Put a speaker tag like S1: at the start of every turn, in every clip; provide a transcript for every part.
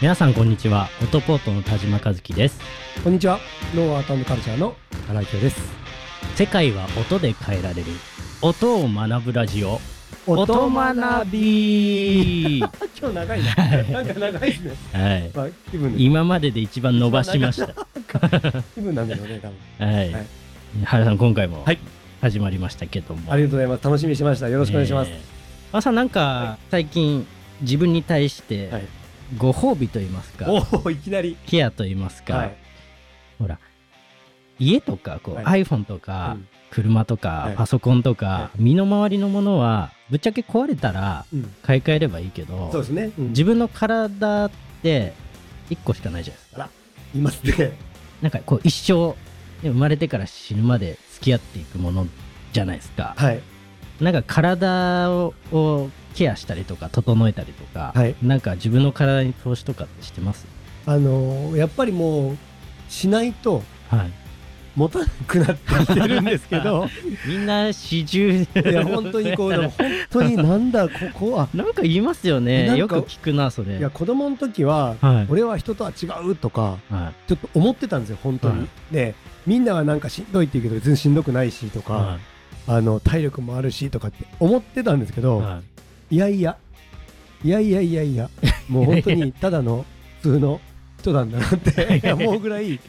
S1: 皆さんこんにちはオトポートの田島和樹です
S2: こんにちは。ノーアートカルチャーの荒井京です。
S1: 世界は音で変えられる音を学ぶラジオ
S2: び。
S1: び
S2: 今日長いな。なんか長いですね。
S1: はい
S2: まあ、気分です。
S1: 今までで一番伸ばしました
S2: 気分なんだよね、多分。
S1: はい、
S2: はい
S1: 原さん今回も
S2: はい
S1: 始まりましたけども、
S2: ありがとうございます。楽しみにしてました。よろしくお願いします。
S1: えー朝なんか
S2: は
S1: 最近自分に対して
S2: はい
S1: ご褒美と言いますか、
S2: おお、いきなり。
S1: ケアと言いますか、
S2: はい。
S1: ほら家とかこう、
S2: はい
S1: iPhone とか、
S2: うん
S1: 車とか、
S2: はい
S1: パソコンとか、
S2: は
S1: 身の回りのものはぶっちゃけ壊れたら
S2: うん。
S1: 買い替えればいいけど
S2: そうですね。うん
S1: 自分の体って1個しかないじゃないですか
S2: いますね。
S1: なんかこう一生生まれてから死ぬまで付き合っていくものじゃないですか、
S2: はい。
S1: なんか体ををケアしたりとか整えたりとか、
S2: はい
S1: なんか自分の体に投資とかってしてます
S2: あのーやっぱりもう、しないと、
S1: はい
S2: 持たなくなってきてるんですけど、
S1: みんな四十い
S2: いや、本当にこう、でも本当になんだ、ここは。
S1: なんか言いますよね
S2: なんか
S1: よく聞くなそれ
S2: いや、子供の時は、
S1: はい
S2: 俺は人とは違うとか、
S1: はい
S2: ちょっと思ってたんですよ、本当に。
S1: はい
S2: で、みんなはなんかしんどいって言うけど、別にしんどくないしとか、
S1: は
S2: あの体力もあるしとかって思ってたんですけ
S1: い
S2: ど、、
S1: はい
S2: やいや、いやいやいやいや、もう本当にただの普通の人なんだなっ て思うぐらい、
S1: い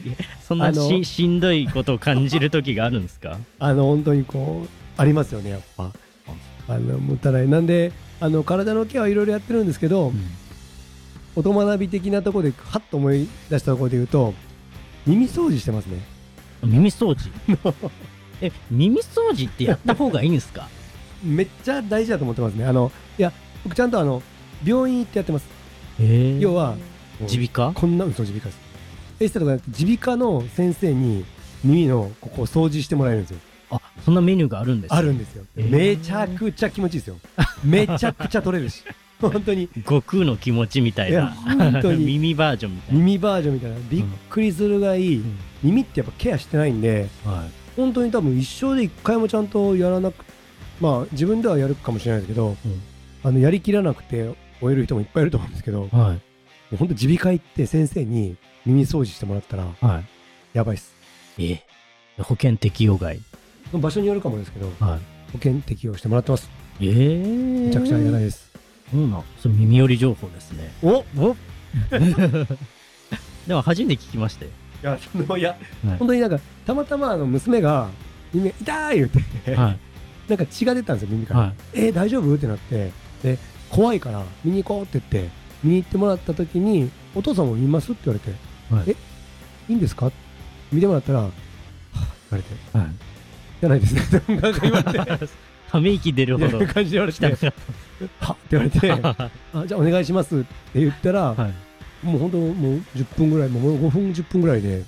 S1: そんな
S2: あの
S1: ししんどいことを感じる時があるんですか
S2: あの本当にこう、ありますよね、やっぱ。あのもったいない。なんで、あの体のケアはいろいろやってるんですけど、音学び的なところで、はっと思い出したところで言うと、耳掃除してますね。
S1: 耳掃 除え耳掃除ってやった方がいいんですか
S2: めっちゃ大事だと思ってますね。あのいや僕ちゃんとあの病院行ってやってます。
S1: ええ
S2: 要は
S1: 耳鼻科
S2: こんな嘘耳鼻科です。エステとかじゃなくて耳鼻科の先生に耳のここを掃除してもらえるんですよ。
S1: あそんなメニューがあるんです
S2: あるんですよ。
S1: えー
S2: めちゃくちゃ気持ちいいですよ。 めちゃくちゃ取れるし、本当に。
S1: 悟空の気持ちみたい
S2: いや
S1: な
S2: 本当に
S1: 耳バージョンみたいな
S2: 耳バージョンみたいなびっくりするがいい、耳ってやっぱケアしてないんで
S1: はい
S2: 本当に多分一生で一回もちゃんとやらなくまあ自分ではやるかもしれないですけど、
S1: うん
S2: あのやりきらなくて終える人もいっぱいいると思うんですけど、
S1: はい
S2: もう本当耳鼻科行って先生に耳掃除してもらったら
S1: は
S2: やばいっす
S1: いえ保険適用外
S2: 場所によるかもですけど
S1: は
S2: 保険適用してもらってます
S1: いええめ
S2: めちゃくちゃありがたい
S1: い
S2: です、
S1: そうなんそれ耳寄り情報ですね
S2: おい
S1: おでも初めて聞きましたよ
S2: やそのいや、
S1: はい
S2: 本当になんかたまたまあの娘が耳が痛い言って、
S1: は
S2: なんか血が出たんですよ耳
S1: い
S2: から、
S1: は
S2: えー大丈夫ってなってで怖いから見に行こうって言って見に行ってもらった時にお父さんも見ますって言われて
S1: いはい
S2: えいいんですか見てもらったらはぁ言われて
S1: はい
S2: じゃないですねって なんか言われて
S1: ため息出る
S2: み
S1: ほ
S2: たい
S1: ど
S2: な感じで言われてはっって言われ て
S1: は
S2: あじゃあお願いしますって言ったら、
S1: い
S2: もう本当もう10分ぐらいもう5分10分ぐらいでめ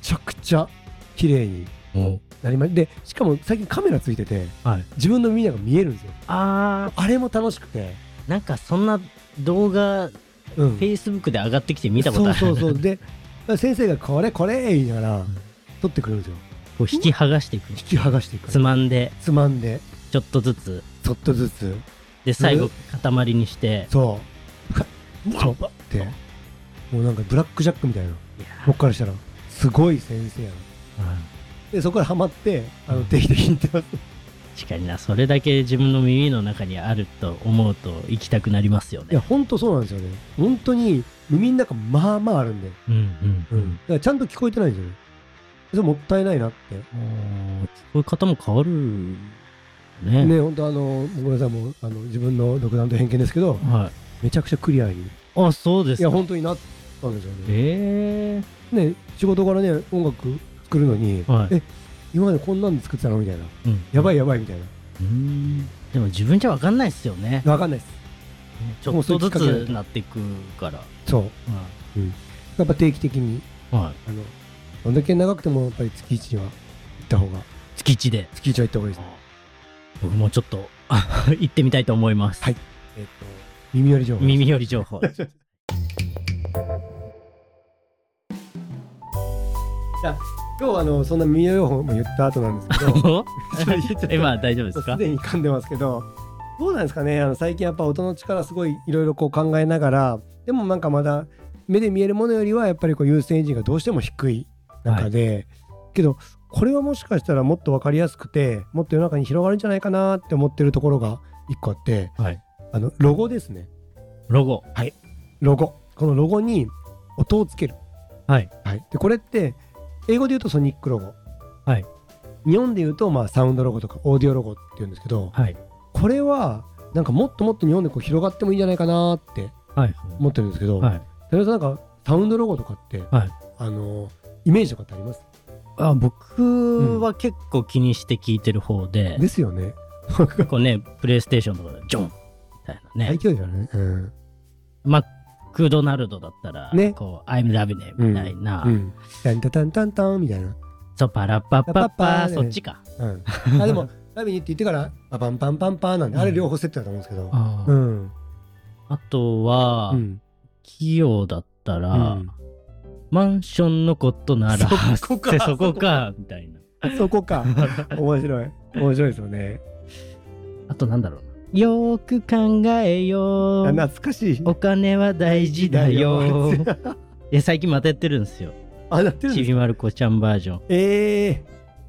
S2: ちゃくちゃ綺麗に
S1: お
S2: なりまでしかも最近カメラついてて
S1: はい
S2: 自分の耳なんか見えるんですよ
S1: あ
S2: あれも楽しくて、
S1: ーなんかそんな動画フ
S2: うん
S1: ェイスブックで上がってきて見たことある
S2: そうそうそうで先生がこれこれ言いながら
S1: ん
S2: 取ってくるんですよ
S1: こう引き剥がしていく
S2: 引き剥がしていく
S1: つまんで
S2: つまんで
S1: ちょっとずつ
S2: ちょっとずつ
S1: で最後塊にして
S2: そうちょってもうなんかブラックジャックみたいない
S1: や
S2: 僕からしたらすごい先生やなでそこからハマってあの定期的に行って ます
S1: 確かになそれだけ自分の耳の中にあると思うと行きたくなりますよ
S2: いや
S1: ね
S2: 本当そうなんですよね本当に耳の中まあまああるんで、
S1: うんうんうん
S2: だからちゃんと聞こえてないんですよねそれもったいないなって
S1: おー聞こえ方も変わるね
S2: ね本当あのごめんなさいもうあの自分の独断と偏見ですけど
S1: はい
S2: めちゃくちゃクリアに
S1: あそうです
S2: い
S1: か
S2: や本当になったんですよね
S1: え
S2: ね仕事からね音楽作るのに、
S1: はい
S2: え今までこんなんで作ってたのみたいな
S1: えうん
S2: やばいやばいみたいな
S1: うんでも自分じゃ分かんないっすよね
S2: 分かんないです
S1: ちょっとずつなっていくから。
S2: そうやっぱ定期的に
S1: はい。
S2: あのどんだけ長くてもやっぱり月1には行った方が
S1: 月一で。
S2: 月1は行った方がいいですね
S1: 僕もちょっと、 あ行ってみたいと思います。
S2: はいえっ、と耳寄り情報
S1: 耳寄り情報。
S2: 今日はあのそんな耳寄り情報も言った後なんですけどそれ言っちゃった
S1: 今大丈夫ですか
S2: すでに噛んでますけどどうなんですかねあの最近やっぱ音の力すごいいろいろこう考えながらでもなんかまだ目で見えるものよりはやっぱりこう優先順位がどうしても低い中で、けどこれはもしかしたらもっと分かりやすくてもっと世の中に広がるんじゃないかなって思ってるところが一個あって
S1: はい。
S2: あのロゴですね
S1: ロゴ。
S2: ロゴこのロゴに音をつける、
S1: はい。
S2: はい、でこれって英語で言うとソニックロゴ、
S1: はい、
S2: 日本で言うとまあサウンドロゴとかオーディオロゴっていうんですけど
S1: はい。
S2: これはなんかもっともっと日本でこう広がってもいいんじゃないかなって
S1: はい。
S2: 思ってるんですけど、
S1: はい。
S2: それとなんかサウンドロゴとかって、
S1: はい
S2: あのイメージとかってあります
S1: あ僕は結構気にして聞いてる方で、
S2: ですよね。
S1: 結構ね、プレイステーションとかで、ジョンみたいなね、
S2: 大強いじゃない、うん
S1: マクドナルドだったら、
S2: ね
S1: こう、I'm loving it みたいな、
S2: うん。タンタタンタンタンみたいな。
S1: そう、パラッパッパッパ
S2: パッパー
S1: そっちか。
S2: うん、あでも、ラビニって言ってから、パパンパンパンパンなんで、あれ両方セットだと思うんですけど。
S1: あ
S2: う,、ん。
S1: とは、
S2: うん。
S1: 企業だったら、
S2: うん
S1: マンションのことなら、
S2: そこか
S1: そこか、みたいな。
S2: そこか。面白い。面白いですよね。
S1: あとなんだろうな。よーく考えよ
S2: あ
S1: う。
S2: 懐かしい。。
S1: お金は大事だよいや最近またやってるんですよ。
S2: あ、なってるん
S1: ち
S2: です
S1: びまる子ちゃんバージョ
S2: え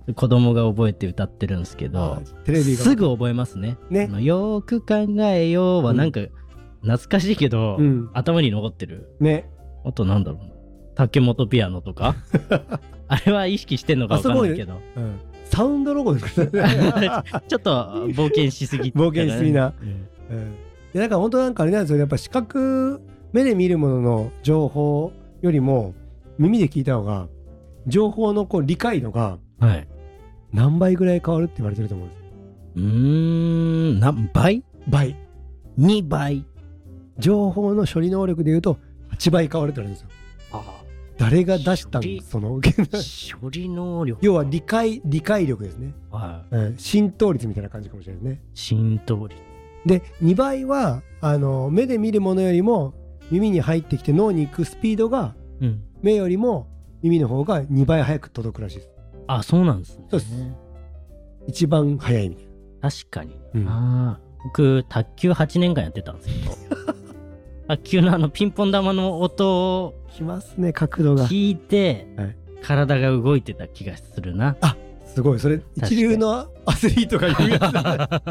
S2: え
S1: ン。子供が覚えて歌ってるんですけど、
S2: テレビが。
S1: すぐ覚えますね。
S2: ね
S1: あのよーく考えようはなんか懐かしいけど、
S2: うん。
S1: 頭に残ってる。
S2: ね。
S1: あとなんだろうな。竹本ピアノと かあれは意識してんのか分かんないけど、
S2: うん。サウンドロゴですからね。
S1: ちょっ と冒険しすぎ
S2: 冒険しすぎな。
S1: うん
S2: うんでなんか本当なんかあれなんですよねやっぱ視覚目で見るものの情報よりも耳で聞いた方が情報のこう理解度が
S1: はい。
S2: 何倍ぐらい変わるって言われてると思うんですよ
S1: うーん、何倍
S2: 倍
S1: ?2 倍。
S2: 情報の処理能力で言うと8倍変わるって言われてるんですよ誰が出した
S1: 処理
S2: んその
S1: 処理能力。
S2: 要は理解理解力ですね、
S1: は
S2: うん、浸透率みたいな感じかもしれないですね
S1: い。浸透率。
S2: で2倍はあの目で見るものよりも耳に入ってきて脳に行くスピードが
S1: うん。
S2: 目よりも耳の方が2倍早く届くらしいです
S1: あ、そうなんですね。
S2: そうです一番早いみたい
S1: 確かに。
S2: うん
S1: あー僕、卓球8年間やってたんですけど、 卓球のあのピンポン玉の音を
S2: なきますね角度が
S1: 聞いて
S2: はい、
S1: 体が動いてた気がする な。
S2: すごいそれ
S1: か
S2: 一
S1: に
S2: 流のアスリート が言うやつだ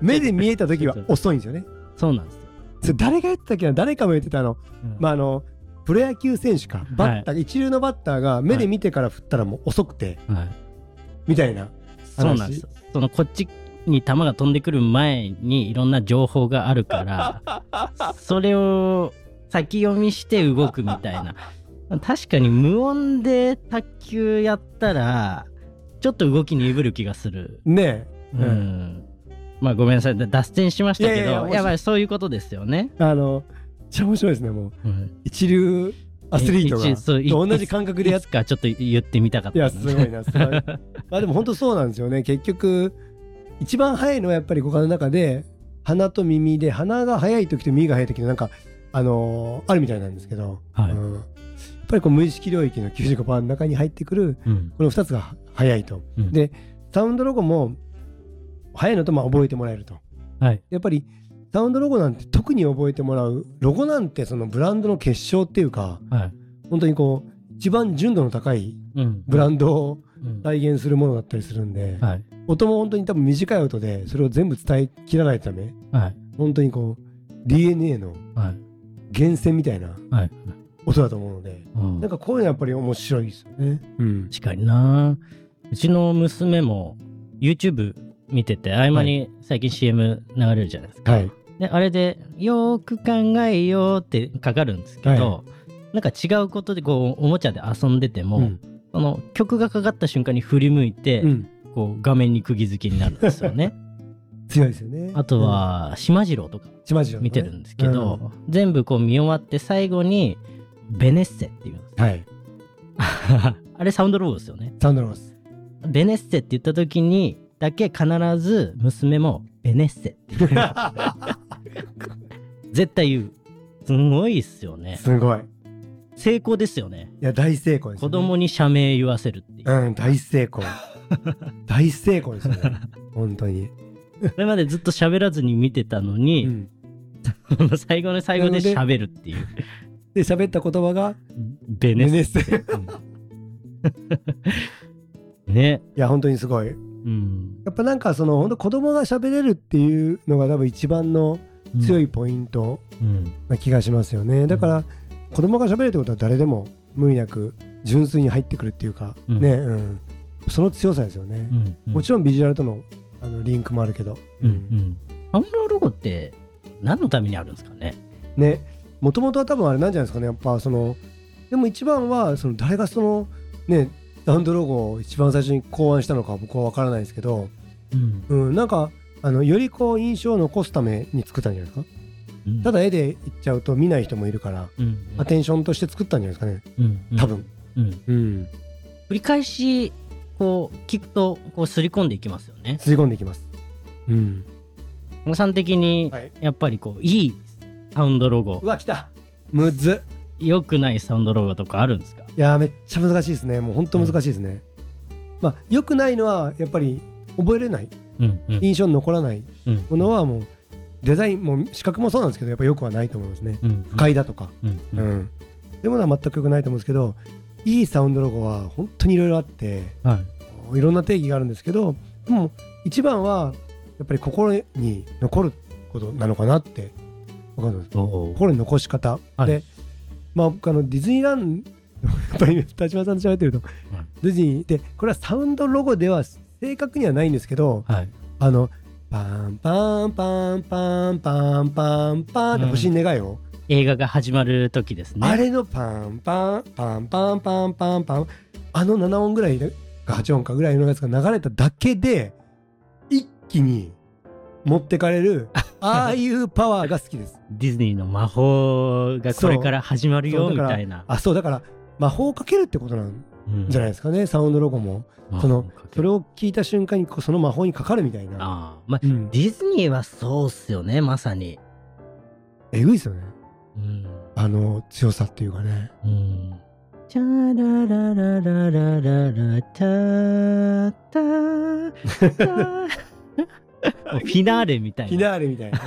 S2: 目で見えた時は遅いんですよね
S1: そうなんですよ。
S2: それ誰がやってたっけな誰かも言ってたあの
S1: うん
S2: まああのプロ野球選手かバッター、一流のバッターが目で見てから振ったらもう遅くて、
S1: はい
S2: みたいな
S1: そうなんですよそのこっちに球が飛んでくる前にいろんな情報がある からそれを先読みして動くみたいな確かに無音で卓球やったらちょっと動き鈍る気がする
S2: ね
S1: う
S2: うん
S1: ん、まあごめんなさいだ脱線しましたけ
S2: いやいやいや面
S1: ど
S2: 白い
S1: やばいそういうことですよね、
S2: えあのめっちゃ面白いですねも
S1: う
S2: う
S1: ん、
S2: 一流アスリート
S1: いいそうい
S2: がと同じ感覚でやっ
S1: いつかちょっと言ってみたかっ
S2: い
S1: た
S2: や
S1: な
S2: すごい なすごいまあでも本当そうなんですよね結局一番早いのはやっぱり五感の中で鼻と耳で鼻が早い時と耳が早い時のなんかあのーあるみたいなんですけど、
S1: はい
S2: うんやっぱりこう無意識領域の95%の中に入ってくる
S1: うん
S2: この2つが早いと、
S1: うん
S2: でサウンドロゴも早いのとまあ覚えてもらえると
S1: はい
S2: やっぱりサウンドロゴなんて特に覚えてもらうロゴなんてそのブランドの結晶っていうか
S1: はい
S2: 本当にこう一番純度の高い
S1: うん
S2: ブランドを
S1: うん
S2: 体現するものだったりするんで、
S1: はい
S2: 音も本当に多分短い音でそれを全部伝えきらないため
S1: はい
S2: 本当にこう DNA の
S1: はい
S2: 源泉みたいな
S1: はい、
S2: 音だと思うので
S1: うん
S2: なんかこういうのやっぱり面白いですよね。うん、
S1: 確かになうちの娘も YouTube 見てて合間に最近 CM 流れるじゃないですか、
S2: はい
S1: であれで「よーく考えよう」ってかかるんですけど、なんか違うことでこうおもちゃで遊んでても、
S2: うん
S1: その曲がかかった瞬間に振り向いて、
S2: うん、
S1: こう画面に釘付けになるんですよね
S2: 強いですよね。
S1: あとは「しまじろう」とか
S2: うん、ちまじろうね
S1: 見てるんですけど、全部こう見終わって最後に「ベネッセ」っていうんです
S2: はい、
S1: あれサウンドロゴですよね
S2: サンドロゴス。
S1: ベネッセって言った時にだけ必ず娘もベネッセって 絶対言うすごいっすよね
S2: すごい。い
S1: 成功ですよね
S2: や、大成功です、ね。
S1: 子供に社名言わせるっていう
S2: うん、大成 功。大成功ですよね。本当に。
S1: それまでずっと喋らずに見てたのに、
S2: うん
S1: 最後の最後で喋るっていう。
S2: で喋った言葉が
S1: ベネ
S2: ベ
S1: ス
S2: ネッセい
S1: ね。
S2: や本当にすごいや
S1: うん。
S2: っぱなんかその本当子供が喋れるっていうのが多分一番の強いポイント
S1: うん。
S2: な気がしますよね、だから子供が喋るってことは誰でも無理なく純粋に入ってくるっていうか、
S1: うん
S2: ね、うん、その強さですよね、
S1: うん。うん。
S2: もちろんビジュアルとのあのリンクもあるけど、
S1: うんうん。ハンガーロゴって何のためにあるんですかね。
S2: ねもともとは多分あれなんじゃないですかねやっぱそのでも一番はその誰がそのねランドロゴを一番最初に考案したのかは僕は分からないですけど、
S1: うん。
S2: うん、なんかあのよりこう印象を残すために作ったんじゃないですか
S1: だ、
S2: ただ絵で言っちゃうと見ない人もいるから
S1: うん。
S2: アテンションとして作ったんじゃないですかね
S1: うん、うん
S2: 多。分、
S1: うん。
S2: うん、
S1: 繰り返し、こう、聞くと、こう、すり込んでいきますよね。
S2: 吸い込んでいきます、うん、
S1: おさん的に、
S2: はい
S1: やっぱりこう、いいサウンドロゴ
S2: う、わ来たむずっ
S1: 良くないサウンドロゴとかあるんですか
S2: いやーめっちゃ難しいですねもうほんと難しいですね、まあ良くないのはやっぱり覚えれない
S1: うん。うん。
S2: 印象に残らない
S1: うん
S2: ものはもうデザインも資格もそうなんですけどやっぱ良くはないと思いますね
S1: うん。
S2: 不快だとか、
S1: うん。
S2: う
S1: うんん。
S2: そういうものは全く良くないと思うんですけどいいサウンドロゴは本当にいろいろあって
S1: はい。
S2: いろんな定義があるんですけどでも一番はやっぱり心に残ることなのかなってわかるんです
S1: おー
S2: 心に残し方、
S1: はい
S2: でまあ僕あのディズニーランドやっぱり田島さんと喋ってると、ディズニーでこれはサウンドロゴでは正確にはないんですけど、
S1: はい。
S2: あの、パンパンパンパンパンパンパンって星に願いを、
S1: 映画が始まる時ですね。
S2: あれのパンパンパンパンパンパンパンあの7音ぐらいか8音かぐらいのやつが流れただけで一気に持ってかれ るああいうパワーが好きです。
S1: ディズニーの魔法がこれから始まるよ
S2: そう
S1: み
S2: だから
S1: たいな。
S2: あそうだから魔法をかけるってことなん
S1: うん
S2: じゃないですかね、サウンドロゴもそのそれを聞いた瞬間にこうその魔法にかかるみたいな、
S1: ああまあ、
S2: うん
S1: ディズニーはそうっすよねまさに
S2: えぐいですよね
S1: うん、
S2: あの強さっていうかね
S1: うん、チャラララララララチャ タタもうフィナーレみたい
S2: フィ
S1: な
S2: ナーレみたいな。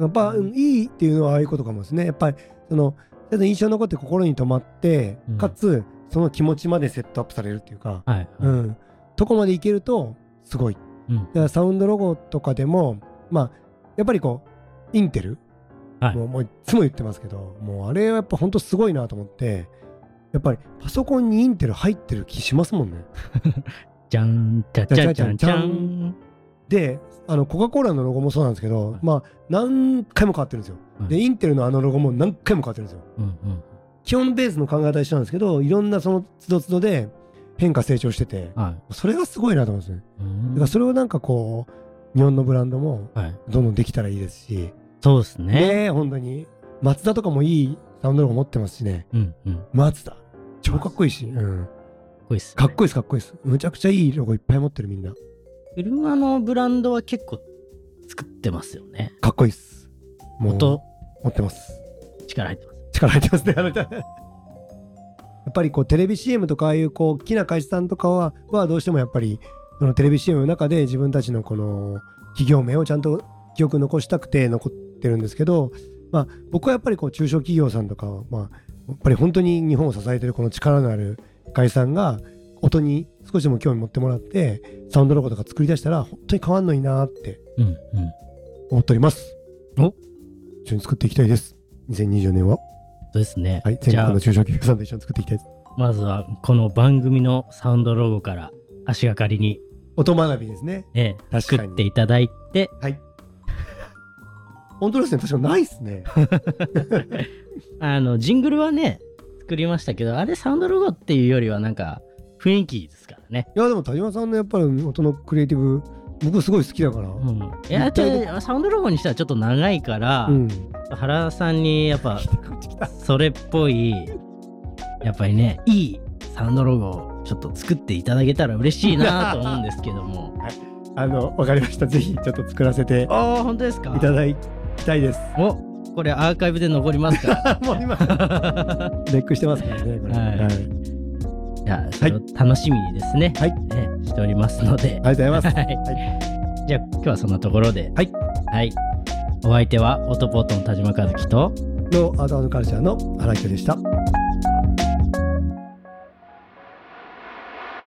S2: やっぱうんいいっていうのはああいうことかもですね。やっぱりそのただ印象に残って心に留まって、
S1: うん
S2: かつその気持ちまでセットアップされるっていうか、
S1: はい、
S2: うん、とこまでいけるとすごい。だ
S1: うん
S2: からサウンドロゴとかでも、まあやっぱりこうインテル、
S1: はい
S2: もうもういつも言ってますけど、もうあれはやっぱ本当すごいなと思って、やっぱりパソコンにインテル入ってる気しますもんね。
S1: じゃんちゃちゃちゃんちゃん
S2: であのコカ・コーラのロゴもそうなんですけど、
S1: はい
S2: まあ何回も変わってるんですよ、
S1: はい
S2: でインテルのあのロゴも何回も変わってるんですよ
S1: うんうん
S2: 基本ベースの考え方は一緒なんですけどいろんなそのつどつどで変化成長してて
S1: はい
S2: それがすごいなと思うんですね
S1: うん
S2: だからそれをなんかこう日本のブランドも
S1: はい
S2: どんどんできたらいいですし
S1: そうですね
S2: ねえ本当に松田とかもいいサウンドロゴ持ってますしね
S1: うんうんかっ
S2: 松田超かっこいいし、うん、
S1: こいいっす
S2: かっこいいですかっこいいですむちゃくちゃいいロゴいっぱい持ってるみんな
S1: 車のブランドは結構作ってますよね
S2: かっこいいですもう
S1: 音
S2: 持ってます
S1: 力入ってます
S2: 力入ってますねあの人 やっぱりこうテレビ CM とかああいうこう大きな会社さんとかははどうしてもやっぱりそのテレビ CM の中で自分たちのこの企業名をちゃんと記憶残したくて残ってるんですけど、まあ、僕はやっぱりこう中小企業さんとかは、まあ、やっぱり本当に日本を支えてるこの力のある会社さんが音に少しでも興味持ってもらってサウンドロゴとか作り出したら本当に変わんのになーって
S1: うんうん
S2: 思っております。
S1: お
S2: 一緒に作っていきたいです。2024年は。
S1: そうですね、
S2: はい、全
S1: じゃあ
S2: 国の中小企業さんと一緒に作っていきたいです。
S1: まずはこの番組のサウンドロゴから足がかりに、
S2: 音学びですね。
S1: ええ
S2: 確かに
S1: 作っていただいて
S2: はい。本当ですね、確かないです ね。
S1: あのジングルはね作りましたけどあれサウンドロゴっていうよりはなんか雰囲気ですからね、
S2: いや、でも田島さんのやっぱり音のクリエイティブ、僕すごい好きだから。う。
S1: うんん、いやちょっとサウンドロゴにしてはちょっと長いから、原田さんにやっぱそれっぽいやっぱりねいいサウンドロゴをちょっと作っていただけたら嬉しいなと思うんですけども
S2: あの、わかりました。ぜひちょっと作らせて
S1: ああ本当ですか
S2: いただきたいです。
S1: おこれアーカイブで残ります か
S2: もう 今、
S1: ら
S2: レックしてますからね、これ。
S1: はい
S2: あり
S1: じゃあ、それを楽しみにですね、
S2: はい
S1: ねしておりますので、
S2: がとうございます。
S1: はいじゃあ今日はそんなところで
S2: はい、
S1: はいお相手はオートポートの田島和樹と
S2: のアートカルチャーの荒木でした。